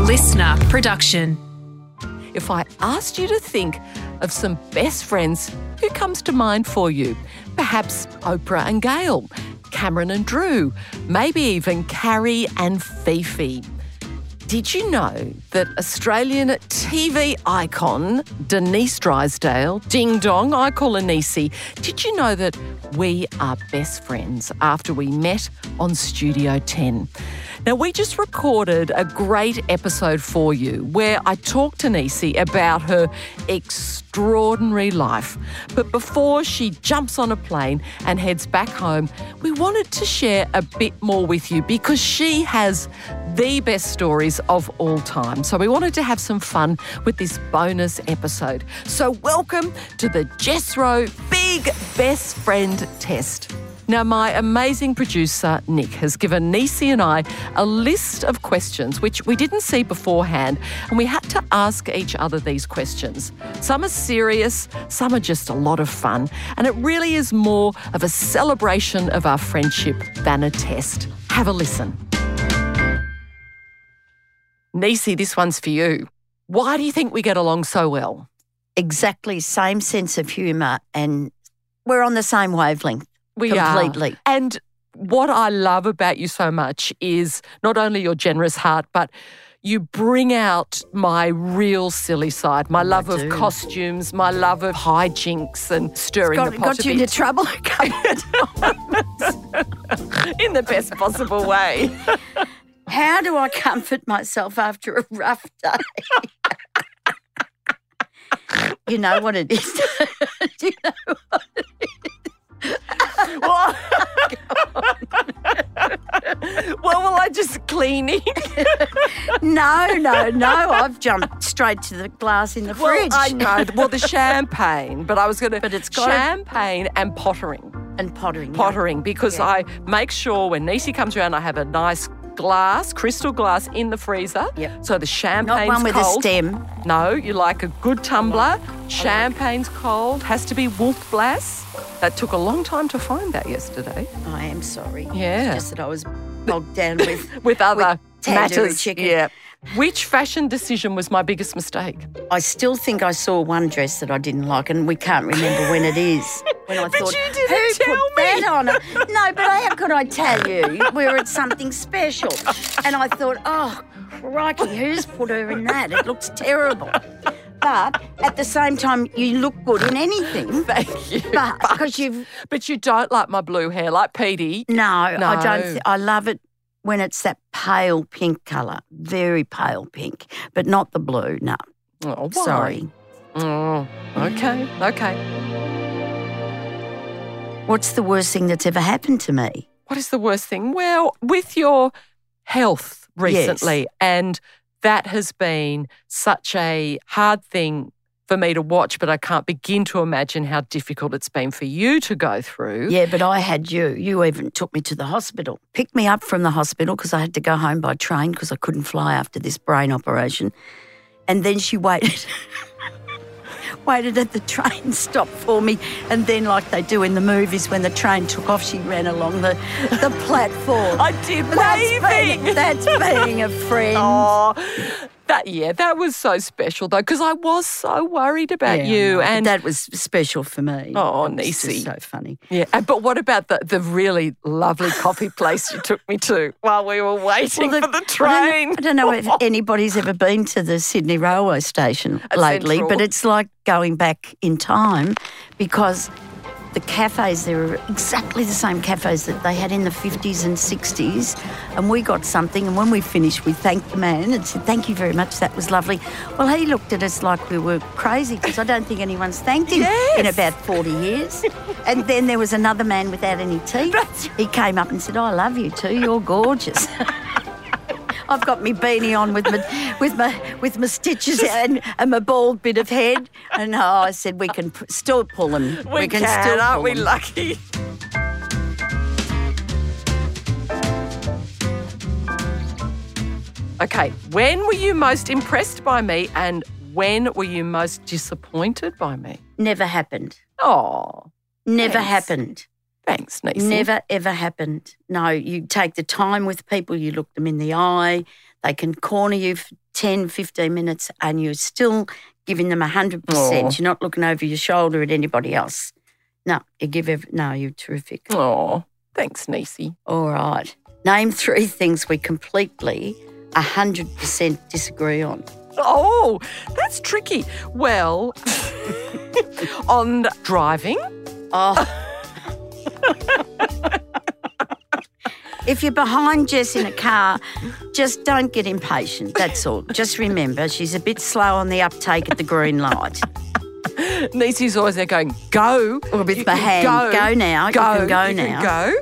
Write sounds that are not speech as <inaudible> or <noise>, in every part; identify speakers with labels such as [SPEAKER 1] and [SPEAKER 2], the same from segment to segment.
[SPEAKER 1] listener production.
[SPEAKER 2] If I asked you to think of some best friends, who comes to mind for you? Perhaps Oprah and Gail, Cameron and Drew, maybe even Carrie and Fifi. Did you know that Australian TV icon Denise Drysdale, ding dong, I call her Niecy, did you know that we are best friends after we met on Studio 10? Now, we just recorded a great episode for you where I talked to Niecy about her extraordinary life. But before she jumps on a plane and heads back home, we wanted to share a bit more with you because she has the best stories of all time. So we wanted to have some fun with this bonus episode. So welcome to the Jethro Big Best Friend Test. Now, my amazing producer, Nick, has given Nisi and I a list of questions which we didn't see beforehand, and we had to ask each other these questions. Some are serious, some are just a lot of fun, and it really is more of a celebration of our friendship than a test. Have a listen. Nisi, this one's for you. Why do you think we get along so well?
[SPEAKER 3] exactly same sense of humour and we're on the same wavelength
[SPEAKER 2] We
[SPEAKER 3] completely.
[SPEAKER 2] Are. And what I love about you so much is not only your generous heart, but you bring out my real silly side, my love of
[SPEAKER 3] Oh, do.
[SPEAKER 2] costumes, my love of hijinks and stirring
[SPEAKER 3] Got,
[SPEAKER 2] the pot
[SPEAKER 3] got
[SPEAKER 2] a
[SPEAKER 3] you into
[SPEAKER 2] bit
[SPEAKER 3] trouble. <laughs>
[SPEAKER 2] in the best possible
[SPEAKER 3] <laughs>
[SPEAKER 2] way.
[SPEAKER 3] How do I comfort myself after a rough day? <laughs> you know what it is. <laughs> You know-
[SPEAKER 2] well, well, will I just clean it?
[SPEAKER 3] no, no, no. I've jumped straight to the glass in the
[SPEAKER 2] Well,
[SPEAKER 3] fridge
[SPEAKER 2] I know. Well, the champagne, but I was going to.
[SPEAKER 3] But it's got a-
[SPEAKER 2] champagne and pottering.
[SPEAKER 3] and pottering.
[SPEAKER 2] pottering because
[SPEAKER 3] Yeah.
[SPEAKER 2] I make sure when Nisi comes around, I have a nice glass, crystal glass in the freezer.
[SPEAKER 3] Yep.
[SPEAKER 2] So the champagne's
[SPEAKER 3] Not one with
[SPEAKER 2] cold.
[SPEAKER 3] a Oh, stem.
[SPEAKER 2] No, you like a good tumbler. Champagne's cold. Has to be Wolfblass. That took a long time to find that yesterday.
[SPEAKER 3] I am sorry. It's
[SPEAKER 2] Yeah.
[SPEAKER 3] just that I was bogged down with.
[SPEAKER 2] With other
[SPEAKER 3] tandoori
[SPEAKER 2] matters.
[SPEAKER 3] chicken.
[SPEAKER 2] Yeah. Which fashion decision was my biggest mistake? <laughs>
[SPEAKER 3] I still think I saw one dress that I didn't like, and we can't remember when
[SPEAKER 2] <laughs>
[SPEAKER 3] it is. When I
[SPEAKER 2] But
[SPEAKER 3] thought,
[SPEAKER 2] you didn't
[SPEAKER 3] who
[SPEAKER 2] tell
[SPEAKER 3] put
[SPEAKER 2] me." <laughs>
[SPEAKER 3] that on? No, but how could I tell you? We were at something special, and I thought, oh, crikey, who's put her in that? It looks terrible. But at the same time, you look good
[SPEAKER 2] <laughs>
[SPEAKER 3] in anything.
[SPEAKER 2] Thank you.
[SPEAKER 3] But because you've
[SPEAKER 2] But you don't like my blue hair, like Petey.
[SPEAKER 3] no, I don't.
[SPEAKER 2] No.
[SPEAKER 3] Th- I love it when it's that pale pink colour, very pale pink, but not the blue. No,
[SPEAKER 2] Oh, why?
[SPEAKER 3] sorry.
[SPEAKER 2] Oh, okay, okay.
[SPEAKER 3] What's the worst thing that's ever happened to me?
[SPEAKER 2] What is the worst thing? Well, with your health recently, and that has been such a hard thing for me to watch, but I can't begin to imagine how difficult it's been for you to go through.
[SPEAKER 3] Yeah, but I had you. You even took me to the hospital. Picked me up from the hospital because I had to go home by train because I couldn't fly after this brain operation. And then she waited. <laughs> waited at the train stop for me and then like they do in the movies when the train took off she ran along the, the platform.
[SPEAKER 2] I did
[SPEAKER 3] that's, being,
[SPEAKER 2] waving.
[SPEAKER 3] that's being a friend.
[SPEAKER 2] Oh, that yeah, that was so special though, because I was so worried about
[SPEAKER 3] Yeah, I know,
[SPEAKER 2] you.
[SPEAKER 3] but
[SPEAKER 2] And
[SPEAKER 3] that was special for me.
[SPEAKER 2] Oh,
[SPEAKER 3] It was just
[SPEAKER 2] Niecy.
[SPEAKER 3] so funny.
[SPEAKER 2] yeah, and- but what about the the really lovely coffee place you took me to while we were waiting
[SPEAKER 3] Well,
[SPEAKER 2] for
[SPEAKER 3] the-
[SPEAKER 2] the train?
[SPEAKER 3] <laughs> I don't, know,
[SPEAKER 2] <laughs>
[SPEAKER 3] I don't know if anybody's ever been to the Sydney railway station
[SPEAKER 2] At
[SPEAKER 3] lately,
[SPEAKER 2] Central.
[SPEAKER 3] but it's like going back in time because the cafes there are exactly the same cafes that they had in the 50s and 60s. And we got something, and when we finished, we thanked the man and said, Thank you very much, that was lovely. Well, he looked at us like we were crazy because I don't think anyone's thanked him in
[SPEAKER 2] Yes.
[SPEAKER 3] about 40 years. and then there was another man without any
[SPEAKER 2] <laughs>
[SPEAKER 3] teeth. He came up and said, I love you too, you're gorgeous. I've got my beanie on with my with my with my stitches and, and my bald bit of head. And oh, I said we can p- still pull them.
[SPEAKER 2] We, can, still, aren't
[SPEAKER 3] pull
[SPEAKER 2] we
[SPEAKER 3] 'em."
[SPEAKER 2] lucky? Okay, when were you most impressed by me and when were you most disappointed by me?
[SPEAKER 3] Never happened.
[SPEAKER 2] Oh,
[SPEAKER 3] Never
[SPEAKER 2] Thanks.
[SPEAKER 3] happened.
[SPEAKER 2] thanks, Nisi.
[SPEAKER 3] Never ever happened. No, you take the time with people. You look them in the eye. They can corner you for 10, 15 minutes and you're still giving them 100%.
[SPEAKER 2] Aw.
[SPEAKER 3] You're not looking over your shoulder at anybody else. No, you give ev- no, you're terrific.
[SPEAKER 2] Oh, thanks, Niecy.
[SPEAKER 3] All right. Name three things we completely 100% disagree on.
[SPEAKER 2] Oh, that's tricky. Well, <laughs> on driving,
[SPEAKER 3] Oh. if you're behind Jess in a car, just don't get impatient. That's all. Just remember, she's a bit slow on the uptake at the green light.
[SPEAKER 2] Niecy's always there going, go.
[SPEAKER 3] Or with
[SPEAKER 2] You
[SPEAKER 3] the
[SPEAKER 2] can
[SPEAKER 3] hand, go now, you can go
[SPEAKER 2] you can
[SPEAKER 3] now.
[SPEAKER 2] go.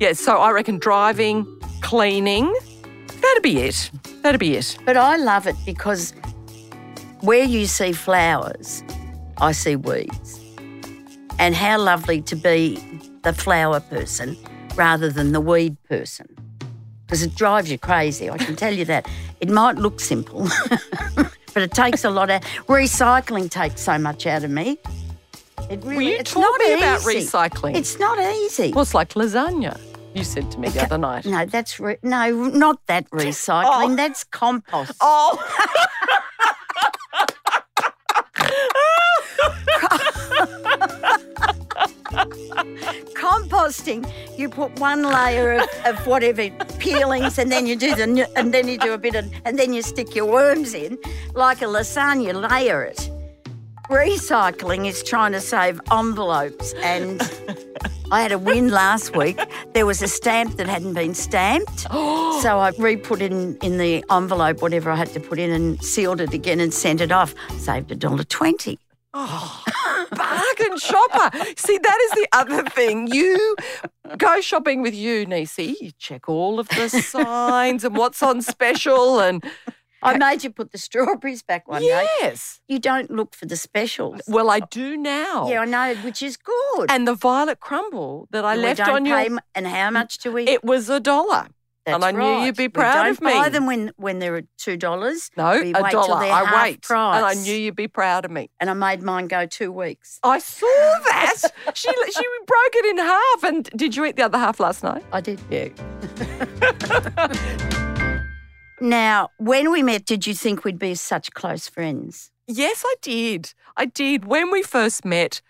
[SPEAKER 2] Yeah, so I reckon driving, cleaning, that'd be it. That'd be it.
[SPEAKER 3] But I love it because where you see flowers, I see weeds. And how lovely to be the flower person rather than the weed person. Because it drives you crazy, I can tell you that. It might look simple, <laughs> but it takes a lot of recycling takes so much out of me. It really
[SPEAKER 2] Were you
[SPEAKER 3] it's not
[SPEAKER 2] talking about
[SPEAKER 3] easy.
[SPEAKER 2] recycling?
[SPEAKER 3] It's not easy.
[SPEAKER 2] well, it's like lasagna, you said to me the other night.
[SPEAKER 3] no, that's re- no, not that recycling.
[SPEAKER 2] <laughs> Oh.
[SPEAKER 3] That's compost.
[SPEAKER 2] Oh,
[SPEAKER 3] composting you put one layer of, of whatever peelings and then you do the n- and then you do a bit of and then you stick your worms in like a lasagna layer it recycling is trying to save envelopes and I had a win last week. There was a stamp that hadn't been stamped. so I re put in, in the envelope whatever I had to put in and sealed it again and sent it off. Saved a dollar twenty.
[SPEAKER 2] Oh, <laughs> bargain shopper. See, that is the other thing. You go shopping with you, Niecy. You check all of the signs and what's on special and
[SPEAKER 3] I made you put the strawberries back one day.
[SPEAKER 2] yes.
[SPEAKER 3] You don't look for the specials.
[SPEAKER 2] Well, I do now.
[SPEAKER 3] Yeah, I know, which is good.
[SPEAKER 2] and the violet crumble that I
[SPEAKER 3] We
[SPEAKER 2] left
[SPEAKER 3] don't
[SPEAKER 2] on
[SPEAKER 3] pay
[SPEAKER 2] your
[SPEAKER 3] m- And how much do we?
[SPEAKER 2] it was a dollar. and
[SPEAKER 3] That's
[SPEAKER 2] I knew you'd
[SPEAKER 3] right.
[SPEAKER 2] be
[SPEAKER 3] We
[SPEAKER 2] proud
[SPEAKER 3] don't
[SPEAKER 2] of me.
[SPEAKER 3] Buy them when when they're at two dollars.
[SPEAKER 2] No,
[SPEAKER 3] We
[SPEAKER 2] a
[SPEAKER 3] wait till
[SPEAKER 2] dollar.
[SPEAKER 3] they're
[SPEAKER 2] I
[SPEAKER 3] half
[SPEAKER 2] wait. And I
[SPEAKER 3] price.
[SPEAKER 2] knew you'd be proud of me.
[SPEAKER 3] And I made mine go two weeks.
[SPEAKER 2] I saw <laughs> that. she she broke it in half. And did you eat the other half last night?
[SPEAKER 3] I did.
[SPEAKER 2] Yeah.
[SPEAKER 3] <laughs> Now, when we met, did you think we'd be such close friends?
[SPEAKER 2] Yes, I did. I did. When we first met,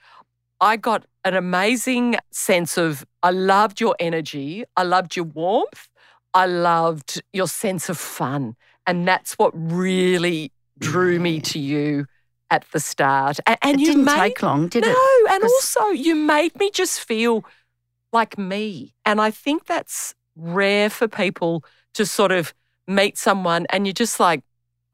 [SPEAKER 2] I got an amazing sense of I loved your energy, I loved your warmth, I loved your sense of fun. And that's what really drew me to you at the start. And, and
[SPEAKER 3] it
[SPEAKER 2] you
[SPEAKER 3] didn't
[SPEAKER 2] made
[SPEAKER 3] take long, did
[SPEAKER 2] no,
[SPEAKER 3] it?
[SPEAKER 2] and
[SPEAKER 3] 'Cause-
[SPEAKER 2] also you made me just feel like me. And I think that's rare for people to sort of meet someone and you're just like,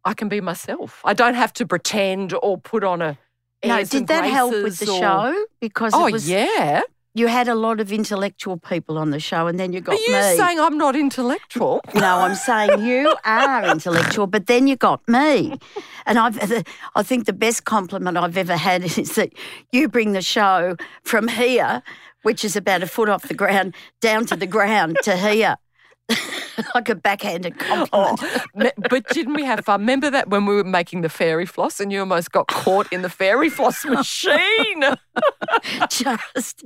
[SPEAKER 2] I can be myself. I don't have to pretend or put on a
[SPEAKER 3] No,
[SPEAKER 2] airs
[SPEAKER 3] did
[SPEAKER 2] and
[SPEAKER 3] that help with
[SPEAKER 2] graces
[SPEAKER 3] the
[SPEAKER 2] or-
[SPEAKER 3] show? Because
[SPEAKER 2] Oh
[SPEAKER 3] it was,
[SPEAKER 2] yeah.
[SPEAKER 3] you had a lot of intellectual people on the show, and then you got
[SPEAKER 2] Are you
[SPEAKER 3] me.
[SPEAKER 2] saying I'm not intellectual?
[SPEAKER 3] No, I'm saying you are intellectual, but then you got me. And I've, the, I think the best compliment I've ever had <laughs> is that you bring the show from here, which is about a foot off the ground, down to the ground to here. <laughs> like a backhanded
[SPEAKER 2] Oh,
[SPEAKER 3] compliment.
[SPEAKER 2] me- but didn't we have fun? Remember that when we were making the fairy floss and you almost got caught in the fairy
[SPEAKER 3] <laughs>
[SPEAKER 2] floss machine?
[SPEAKER 3] Just,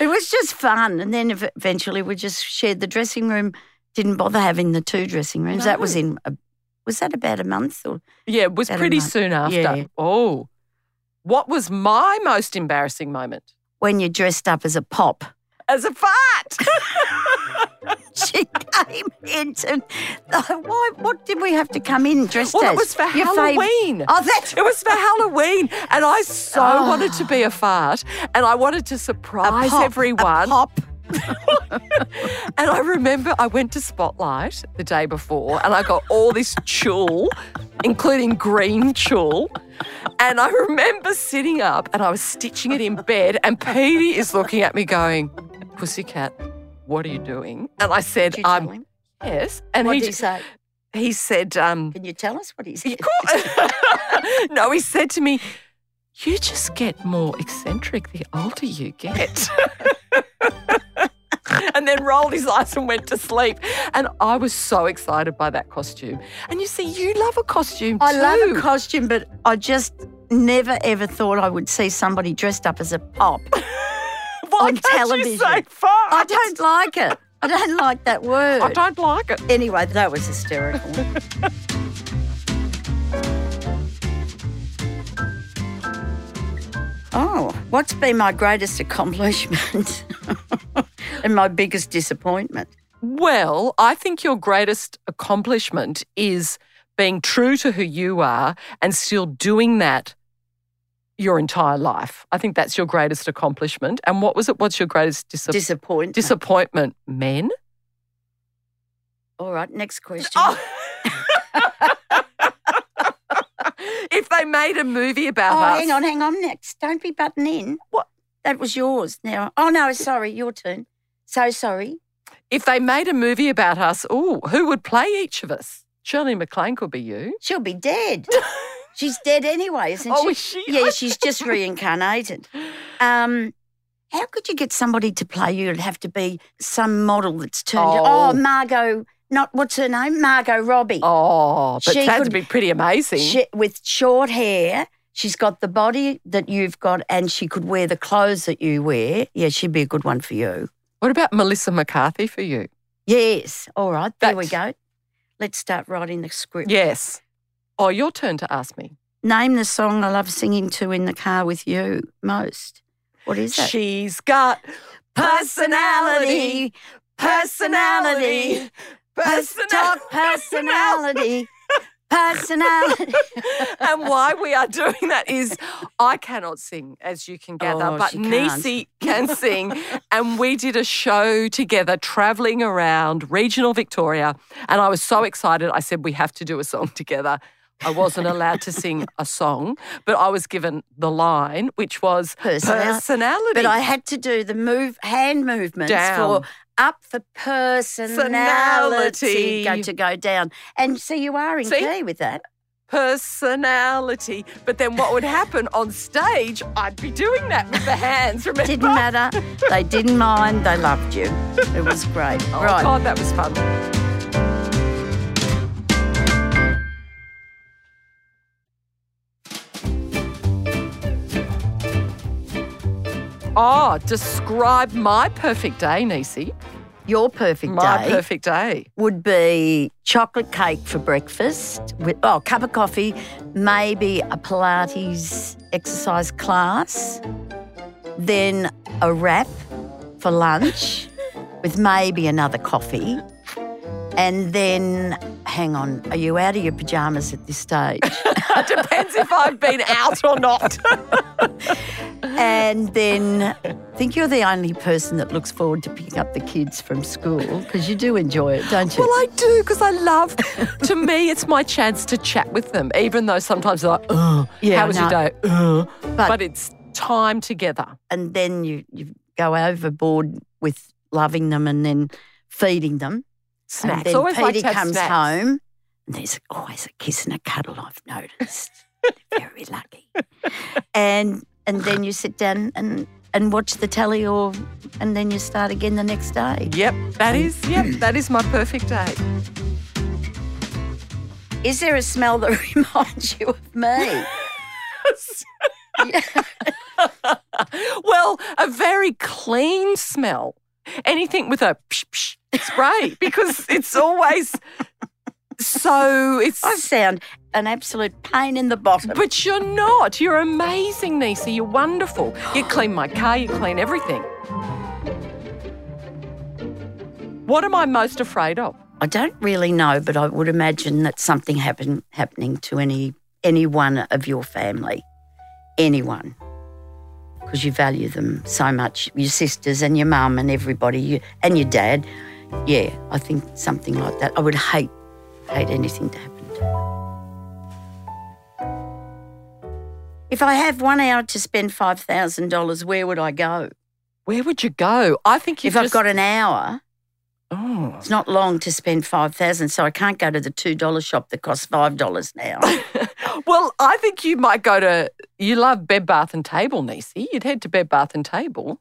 [SPEAKER 3] it was just fun. And then ev- eventually we just shared the dressing room. Didn't bother having the two dressing rooms. That was
[SPEAKER 2] No.
[SPEAKER 3] in, a, was that about a month or
[SPEAKER 2] Yeah, it was
[SPEAKER 3] Better
[SPEAKER 2] pretty
[SPEAKER 3] not.
[SPEAKER 2] soon after.
[SPEAKER 3] Yeah.
[SPEAKER 2] Oh, what was my most embarrassing moment?
[SPEAKER 3] when you dressed up as a pop?
[SPEAKER 2] As a
[SPEAKER 3] <laughs>
[SPEAKER 2] fart.
[SPEAKER 3] she came into. Why? What did we have to come in dressed
[SPEAKER 2] well,
[SPEAKER 3] as?
[SPEAKER 2] it was for
[SPEAKER 3] Your fav-
[SPEAKER 2] Halloween.
[SPEAKER 3] Oh, that's
[SPEAKER 2] It was for Halloween, and I so
[SPEAKER 3] Ah.
[SPEAKER 2] wanted to be a fart, and I wanted to surprise
[SPEAKER 3] pop, a
[SPEAKER 2] everyone.
[SPEAKER 3] pop.
[SPEAKER 2] And I remember I went to Spotlight the day before, and I got all this chul, including green chul. And I remember sitting up, and I was stitching it in bed, and Petey is looking at me, going, "Pussycat, what are you doing?" And I said,
[SPEAKER 3] Did you
[SPEAKER 2] "I'm
[SPEAKER 3] tell him?
[SPEAKER 2] yes," and
[SPEAKER 3] Um, What
[SPEAKER 2] he
[SPEAKER 3] did he say?
[SPEAKER 2] he said, um,
[SPEAKER 3] Can you tell us what he
[SPEAKER 2] he
[SPEAKER 3] said?
[SPEAKER 2] called- <laughs> no, he said to me, You just get more eccentric the older you get. <laughs> and then rolled his eyes and went to sleep. And I was so excited by that costume. And you see, you love a costume
[SPEAKER 3] I
[SPEAKER 2] too.
[SPEAKER 3] love a costume, but I just never ever thought I would see somebody dressed up as a pop.
[SPEAKER 2] <laughs> Why
[SPEAKER 3] on
[SPEAKER 2] can't you
[SPEAKER 3] television.
[SPEAKER 2] say fart? <laughs>
[SPEAKER 3] I don't like it. I don't like that word.
[SPEAKER 2] I don't like it.
[SPEAKER 3] Anyway, that was <laughs> hysterical. oh, what's been my greatest accomplishment <laughs> and my biggest disappointment?
[SPEAKER 2] Well, I think your greatest accomplishment is being true to who you are and still doing that your entire life. I think that's your greatest accomplishment. And what was it? What's your greatest disap-
[SPEAKER 3] Disappointment.
[SPEAKER 2] disappointment? Men?
[SPEAKER 3] All right, next question.
[SPEAKER 2] Oh. <laughs> if they made a movie about
[SPEAKER 3] Oh,
[SPEAKER 2] us.
[SPEAKER 3] hang on, hang on. Next, don't be butting in. What? That was yours. Now, oh no, sorry, your turn. So sorry.
[SPEAKER 2] If they made a movie about us, ooh, who would play each of us? Shirley MacLaine could be you.
[SPEAKER 3] She'll be <laughs> dead. she's dead anyway, isn't
[SPEAKER 2] oh,
[SPEAKER 3] she?
[SPEAKER 2] is she?
[SPEAKER 3] <laughs> Yeah, she's just reincarnated. Um, how could you get somebody to play you? It'd have to be some model that's turned.
[SPEAKER 2] Oh.
[SPEAKER 3] Oh, Margot, not what's her name? Margot Robbie.
[SPEAKER 2] Oh, but
[SPEAKER 3] She
[SPEAKER 2] that'd
[SPEAKER 3] could-
[SPEAKER 2] be pretty amazing.
[SPEAKER 3] She, with short hair, she's got the body that you've got, and she could wear the clothes that you wear. Yeah, she'd be a good one for you.
[SPEAKER 2] what about Melissa McCarthy for you?
[SPEAKER 3] Yes. All right. There we
[SPEAKER 2] That's-
[SPEAKER 3] go. Let's start writing the script.
[SPEAKER 2] Yes. Oh, your turn to ask me.
[SPEAKER 3] Name the song I love singing to in the car with you most. What is that?
[SPEAKER 2] She's got personality, personality,
[SPEAKER 3] Pers-
[SPEAKER 2] personality,
[SPEAKER 3] talk personality.
[SPEAKER 2] <laughs>
[SPEAKER 3] personality.
[SPEAKER 2] and why we are doing that is I cannot sing, as you can gather,
[SPEAKER 3] Oh,
[SPEAKER 2] but
[SPEAKER 3] she can't.
[SPEAKER 2] Nisi can sing. and we did a show together traveling around regional Victoria. And I was so excited. I said, We have to do a song together. I wasn't allowed to sing a song, but I was given the line, which was
[SPEAKER 3] Personality.
[SPEAKER 2] personality.
[SPEAKER 3] But I had to do the move hand movements
[SPEAKER 2] Down.
[SPEAKER 3] for up for personality. Go
[SPEAKER 2] Personality.
[SPEAKER 3] to go down. And so you are in
[SPEAKER 2] See?
[SPEAKER 3] key with that.
[SPEAKER 2] personality. But then what would happen on stage? I'd be doing that with the hands. Remember?
[SPEAKER 3] Didn't matter. They didn't mind. They loved you. It was great.
[SPEAKER 2] Oh,
[SPEAKER 3] right.
[SPEAKER 2] God, that was fun. Oh, describe my perfect day, Nisi.
[SPEAKER 3] Your perfect
[SPEAKER 2] My
[SPEAKER 3] day
[SPEAKER 2] perfect day.
[SPEAKER 3] would be chocolate cake for breakfast with oh, cup of coffee, maybe a Pilates exercise class, then a wrap for lunch with maybe another coffee. And then, hang on, are you out of your pajamas at this stage?
[SPEAKER 2] It depends if I've been out or
[SPEAKER 3] <laughs>
[SPEAKER 2] not.
[SPEAKER 3] and then, I think you're the only person that looks forward to picking up the kids from school because you do enjoy it, don't you?
[SPEAKER 2] Well, I do because I love. to me, it's my chance to chat with them, even though sometimes they're like, "Ugh,
[SPEAKER 3] Yeah,
[SPEAKER 2] how was your
[SPEAKER 3] no.
[SPEAKER 2] day?" Ugh. But, it's time together.
[SPEAKER 3] and then you, you go overboard with loving them and then feeding them.
[SPEAKER 2] Snacks.
[SPEAKER 3] And then
[SPEAKER 2] Always like
[SPEAKER 3] Petey
[SPEAKER 2] to have
[SPEAKER 3] comes
[SPEAKER 2] snacks.
[SPEAKER 3] home and there's always a kiss and a cuddle, I've
[SPEAKER 2] <laughs>
[SPEAKER 3] noticed. They're Very lucky. And and then you sit down and, and watch the telly or and then you start again the next day.
[SPEAKER 2] Yep, that is. Yep, that is my perfect day.
[SPEAKER 3] Is there a smell that <laughs> reminds you of me?
[SPEAKER 2] <laughs> well, a very clean smell. Anything with a psh, psh, spray because it's always so. It's
[SPEAKER 3] I sound an absolute pain in the bottom.
[SPEAKER 2] But you're not. You're amazing, Nisi. You're wonderful.
[SPEAKER 3] <gasps>
[SPEAKER 2] You clean my car, you clean everything. What am I most afraid of?
[SPEAKER 3] I don't really know, but I would imagine that something happened happening to any any one of your family, anyone, because you value them so much. Your sisters and your mum and everybody, you, and your dad. Yeah, I think something like that. I would hate hate anything to happen. to If I have one hour to spend five thousand dollars, where would I go?
[SPEAKER 2] Where would you go? I think you
[SPEAKER 3] if I've got an hour,
[SPEAKER 2] Oh.
[SPEAKER 3] it's not long to spend five thousand, so I can't go to the two dollar shop that costs five dollars
[SPEAKER 2] <coughs>
[SPEAKER 3] now.
[SPEAKER 2] Well, I think you might go to. You love Bed Bath and Table, Nisi. You'd head to Bed Bath and Table.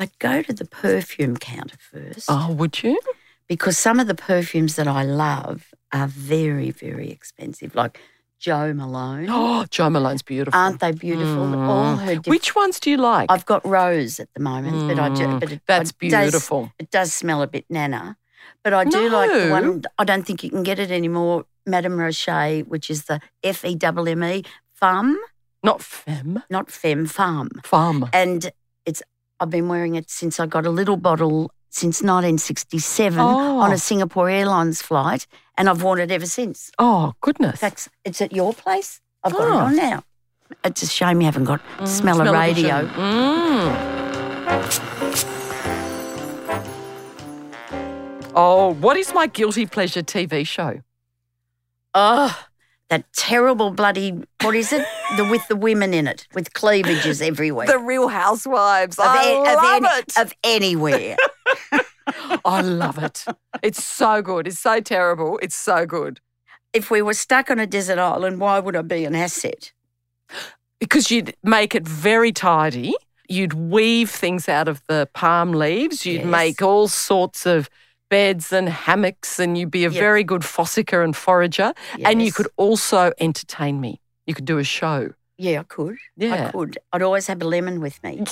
[SPEAKER 3] I'd go to the perfume counter first
[SPEAKER 2] Oh, would you?
[SPEAKER 3] because some of the perfumes that I love are very, very expensive, like Joe Malone.
[SPEAKER 2] <gasps> Oh, Joe Malone's beautiful. Mm.
[SPEAKER 3] Aren't they beautiful? All her different.
[SPEAKER 2] Which ones do you like?
[SPEAKER 3] I've got rose at the moment, but I do,
[SPEAKER 2] Mm,
[SPEAKER 3] but it,
[SPEAKER 2] That's
[SPEAKER 3] it does-
[SPEAKER 2] beautiful.
[SPEAKER 3] it does smell a bit nana, but I do like the
[SPEAKER 2] No.
[SPEAKER 3] one. I don't think you can get it anymore. Madame Rocher, which is the F E M M E Femme,
[SPEAKER 2] Not femme,
[SPEAKER 3] not Femme Farm,
[SPEAKER 2] femme.
[SPEAKER 3] and it's. I've been wearing it since I got a little bottle since 1967 on
[SPEAKER 2] Oh.
[SPEAKER 3] a Singapore Airlines flight, and I've worn it ever since.
[SPEAKER 2] Oh goodness.
[SPEAKER 3] That's it's at your place. I've got
[SPEAKER 2] Oh.
[SPEAKER 3] it on now. It's a shame you haven't got
[SPEAKER 2] Mm,
[SPEAKER 3] smell of radio.
[SPEAKER 2] shame. Mm. Oh, what is my guilty pleasure TV show?
[SPEAKER 3] Oh, that terrible bloody what is it? the with the women in it with cleavages everywhere.
[SPEAKER 2] Real Housewives.
[SPEAKER 3] a- any- of anywhere.
[SPEAKER 2] <laughs> I love it. It's so good. It's so terrible. It's so good.
[SPEAKER 3] if we were stuck on a desert island, why would I be an asset?
[SPEAKER 2] Because you'd make it very tidy. You'd weave things out of the palm leaves. You'd
[SPEAKER 3] Yes.
[SPEAKER 2] make all sorts of beds and hammocks, and you'd be a
[SPEAKER 3] Yep.
[SPEAKER 2] very good fossicker and forager. And you
[SPEAKER 3] Yes.
[SPEAKER 2] could also entertain me. You could do a
[SPEAKER 3] <laughs>
[SPEAKER 2] show.
[SPEAKER 3] Yeah, I could. I
[SPEAKER 2] Yeah.
[SPEAKER 3] could. I'd always have a lemon with me.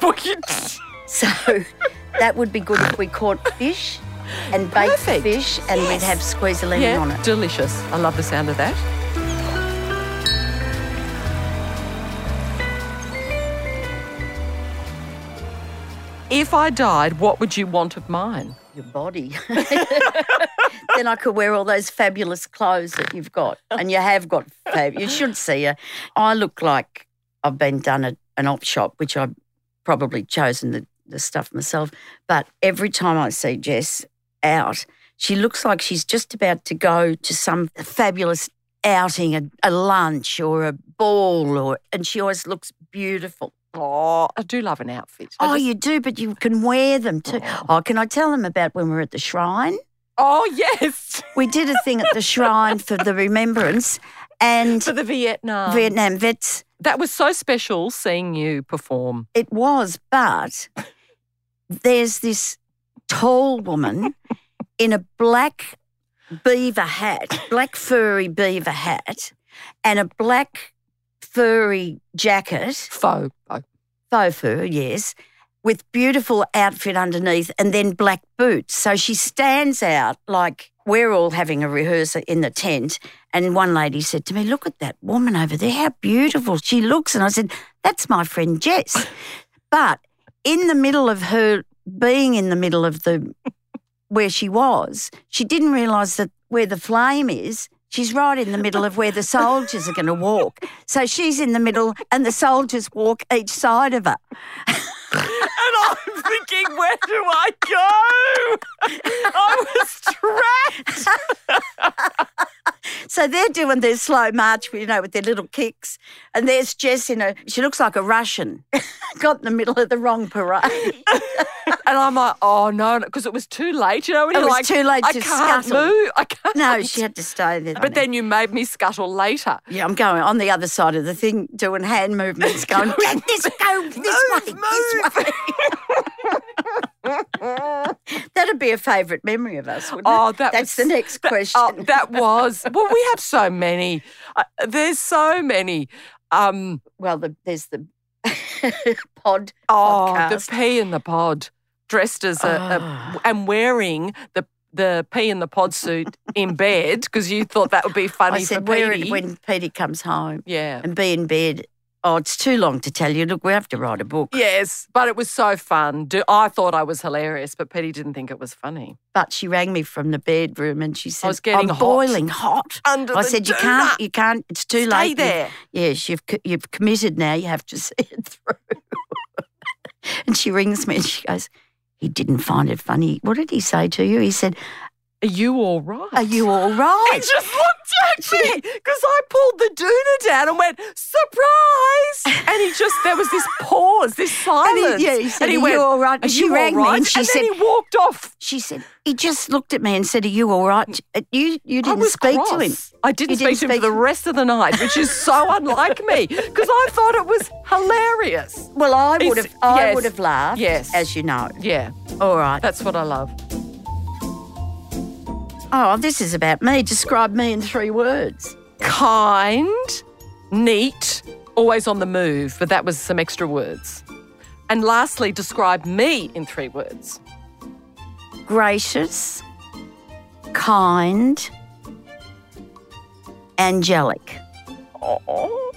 [SPEAKER 2] Well, you-
[SPEAKER 3] <laughs> So that would be good if we caught fish and baked
[SPEAKER 2] Perfect.
[SPEAKER 3] fish and we'd have squeeze a lemon on
[SPEAKER 2] yeah,
[SPEAKER 3] it.
[SPEAKER 2] delicious. I love the sound of that. If I died, what would you want of mine?
[SPEAKER 3] Your body. <laughs> then I could wear all those fabulous clothes that you've <laughs> got. And you have got fab. You should see her. I look like I've been done at an op shop, which I've probably chosen the, the stuff myself. But every time I see Jess out, she looks like she's just about to go to some fabulous outing, a, a lunch or a ball, or and she always looks beautiful.
[SPEAKER 2] Oh, I do love an outfit. I
[SPEAKER 3] oh,
[SPEAKER 2] just-
[SPEAKER 3] you do, but you can wear them too.
[SPEAKER 2] Oh.
[SPEAKER 3] Oh, can I tell them about when we were at the shrine?
[SPEAKER 2] oh <laughs> yes,
[SPEAKER 3] we did a thing at the shrine for the remembrance and
[SPEAKER 2] for the Vietnam.
[SPEAKER 3] Vietnam vets.
[SPEAKER 2] That was so special seeing you perform.
[SPEAKER 3] It was, but there's this tall woman in a black beaver hat, black furry beaver hat, and a black furry jacket,
[SPEAKER 2] Faux. faux. <laughs>
[SPEAKER 3] faux fur, yes, with beautiful outfit underneath and then black boots. So she stands out like we're all having a rehearsal in the tent. And one lady said to me, Look at that woman over there, how beautiful she looks. And I said, That's my friend Jess. but in the middle of her being in the middle of the where she was, she didn't realise that where the flame is, she's right in the middle of where the soldiers are going to walk. So she's in the middle and the soldiers walk each side of her.
[SPEAKER 2] And I'm thinking, where do I go? <laughs> Oh. I was trapped.
[SPEAKER 3] <laughs> So they're doing their slow march, you know, with their little kicks. And there's Jess in a, she looks like a Russian, <laughs> got in the middle of the wrong
[SPEAKER 2] <laughs>
[SPEAKER 3] parade.
[SPEAKER 2] And I'm like, oh no, because it was too late. You know, when
[SPEAKER 3] It
[SPEAKER 2] you're
[SPEAKER 3] was
[SPEAKER 2] like,
[SPEAKER 3] too late
[SPEAKER 2] I
[SPEAKER 3] to
[SPEAKER 2] can't
[SPEAKER 3] scuttle."
[SPEAKER 2] move. I can't.
[SPEAKER 3] No, she had to stay there.
[SPEAKER 2] <laughs> But then you made me scuttle later.
[SPEAKER 3] yeah, I'm going on the other side of the thing, doing
[SPEAKER 2] <laughs>
[SPEAKER 3] hand movements, going, get this, go this way, this way. <laughs> That'd be a favourite memory of us, wouldn't
[SPEAKER 2] Oh,
[SPEAKER 3] it?
[SPEAKER 2] that
[SPEAKER 3] That's
[SPEAKER 2] was-
[SPEAKER 3] the next
[SPEAKER 2] That-
[SPEAKER 3] question.
[SPEAKER 2] Oh, that was. Well, we have so many. Uh, there's so many. Um,
[SPEAKER 3] well, the, there's the <laughs> pod.
[SPEAKER 2] oh,
[SPEAKER 3] Podcast. Ah.
[SPEAKER 2] the pea in the pod, dressed as a, a and wearing the the pea in the pod suit in bed because you thought that would be funny
[SPEAKER 3] I said,
[SPEAKER 2] for
[SPEAKER 3] where
[SPEAKER 2] Petey.
[SPEAKER 3] it when Petey comes home
[SPEAKER 2] yeah.
[SPEAKER 3] and be in bed. Oh, it's too long to tell you. Look, we have to write a book.
[SPEAKER 2] Yes, but it was so fun. Do, I thought I was hilarious, but Petty didn't think it was funny.
[SPEAKER 3] But she rang me from the bedroom and she said,
[SPEAKER 2] was getting
[SPEAKER 3] I'm
[SPEAKER 2] hot.
[SPEAKER 3] boiling hot.
[SPEAKER 2] Under
[SPEAKER 3] I
[SPEAKER 2] the
[SPEAKER 3] said, you
[SPEAKER 2] doona.
[SPEAKER 3] can't, you can't, it's too late.
[SPEAKER 2] Stay
[SPEAKER 3] You've-
[SPEAKER 2] there.
[SPEAKER 3] Yes, you've, co- you've committed now, you have to <laughs> see it through. and she rings me and she goes, he didn't find it funny. What did he say to you? He said,
[SPEAKER 2] Are you all right?
[SPEAKER 3] are you all
[SPEAKER 2] <laughs> He
[SPEAKER 3] right?
[SPEAKER 2] just <laughs> looked at me because I pulled the doona down and went, surprise! And he just, there was this pause, this
[SPEAKER 3] And
[SPEAKER 2] silence.
[SPEAKER 3] he, yeah, he said,
[SPEAKER 2] and he
[SPEAKER 3] are
[SPEAKER 2] went,
[SPEAKER 3] you all right?
[SPEAKER 2] Are
[SPEAKER 3] And she
[SPEAKER 2] you all
[SPEAKER 3] rang me
[SPEAKER 2] right?"
[SPEAKER 3] and she
[SPEAKER 2] and
[SPEAKER 3] said,
[SPEAKER 2] then he walked off.
[SPEAKER 3] She said, he just looked at me and said, Are you all right? uh, You, you
[SPEAKER 2] I
[SPEAKER 3] didn't
[SPEAKER 2] was
[SPEAKER 3] speak to him.
[SPEAKER 2] cross. I didn't
[SPEAKER 3] You didn't
[SPEAKER 2] speak to him for
[SPEAKER 3] speak
[SPEAKER 2] the
[SPEAKER 3] to-
[SPEAKER 2] rest of the night, which is <laughs> so unlike me because I thought it was hilarious.
[SPEAKER 3] Well, I
[SPEAKER 2] He's-
[SPEAKER 3] would have, I
[SPEAKER 2] yes,
[SPEAKER 3] would have laughed,
[SPEAKER 2] yes.
[SPEAKER 3] as you know.
[SPEAKER 2] Yeah,
[SPEAKER 3] All right. Uh,
[SPEAKER 2] that's what I love.
[SPEAKER 3] Oh, this is about me. Describe me in three words.
[SPEAKER 2] kind, neat, always on the move, but that was some extra words. And lastly, describe me in three words.
[SPEAKER 3] Gracious, kind, angelic.
[SPEAKER 2] Oh,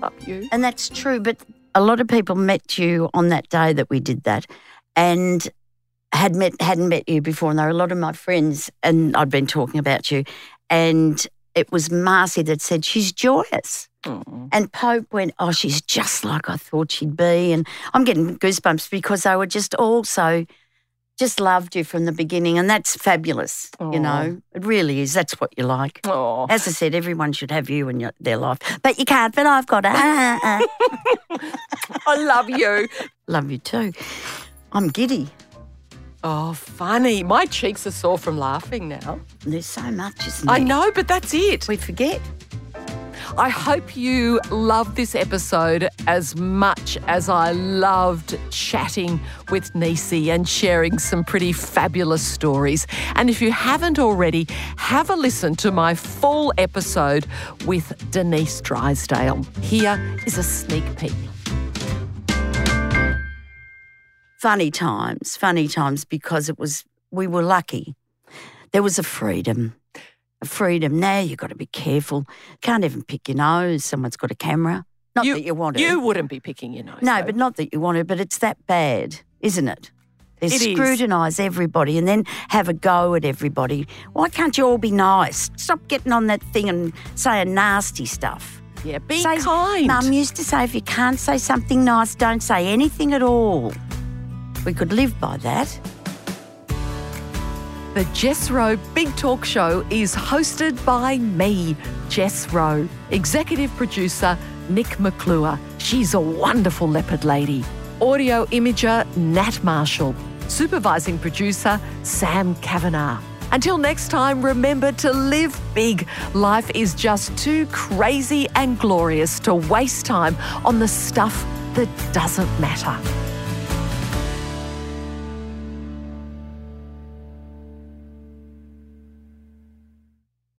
[SPEAKER 2] love you.
[SPEAKER 3] And that's true, but a lot of people met you on that day that we did that and had met hadn't met you before. And there were a lot of my friends and I'd been talking about you. And it was Marcy that said, She's joyous.
[SPEAKER 2] Mm.
[SPEAKER 3] And Pope went, Oh, she's just like I thought she'd be. And I'm getting goosebumps because they were just all so just loved you from the beginning. And that's fabulous.
[SPEAKER 2] Aw.
[SPEAKER 3] You know, it really is. That's what you like.
[SPEAKER 2] Oh.
[SPEAKER 3] As I said, everyone should have you in your, their life, but you can't. But I've got it.
[SPEAKER 2] I love you.
[SPEAKER 3] Love you too. I'm giddy.
[SPEAKER 2] Oh, funny. My cheeks are sore from laughing now.
[SPEAKER 3] There's so much, isn't
[SPEAKER 2] I
[SPEAKER 3] there?
[SPEAKER 2] know, but that's it.
[SPEAKER 3] We forget.
[SPEAKER 2] I hope you loved this episode as much as I loved chatting with Nisi and sharing some pretty fabulous stories. And if you haven't already, have a listen to my full episode with Denise Drysdale. Here is a sneak peek.
[SPEAKER 3] Funny times, funny times, because it was we were lucky. There was a freedom, a freedom. Now you've got to be careful. Can't even pick your nose. Someone's got a camera. Not
[SPEAKER 2] You-
[SPEAKER 3] that you want to.
[SPEAKER 2] You wouldn't be picking your nose.
[SPEAKER 3] No,
[SPEAKER 2] though.
[SPEAKER 3] but not that you want to, but it's that bad, isn't it? They
[SPEAKER 2] It is.
[SPEAKER 3] scrutinise everybody and then have a go at everybody. Why can't you all be nice? Stop getting on that thing and saying nasty stuff.
[SPEAKER 2] yeah, be
[SPEAKER 3] Say-
[SPEAKER 2] kind.
[SPEAKER 3] Mum used to say if you can't say something nice, don't say anything at all. We could live by that.
[SPEAKER 2] The Jess Rowe Big Talk Show is hosted by me, Jess Rowe, executive producer Nick McClure. She's a wonderful leopard lady. Audio imager Nat Marshall. Supervising producer Sam Kavanagh. Until next time, remember to live big. Life is just too crazy and glorious to waste time on the stuff that doesn't matter.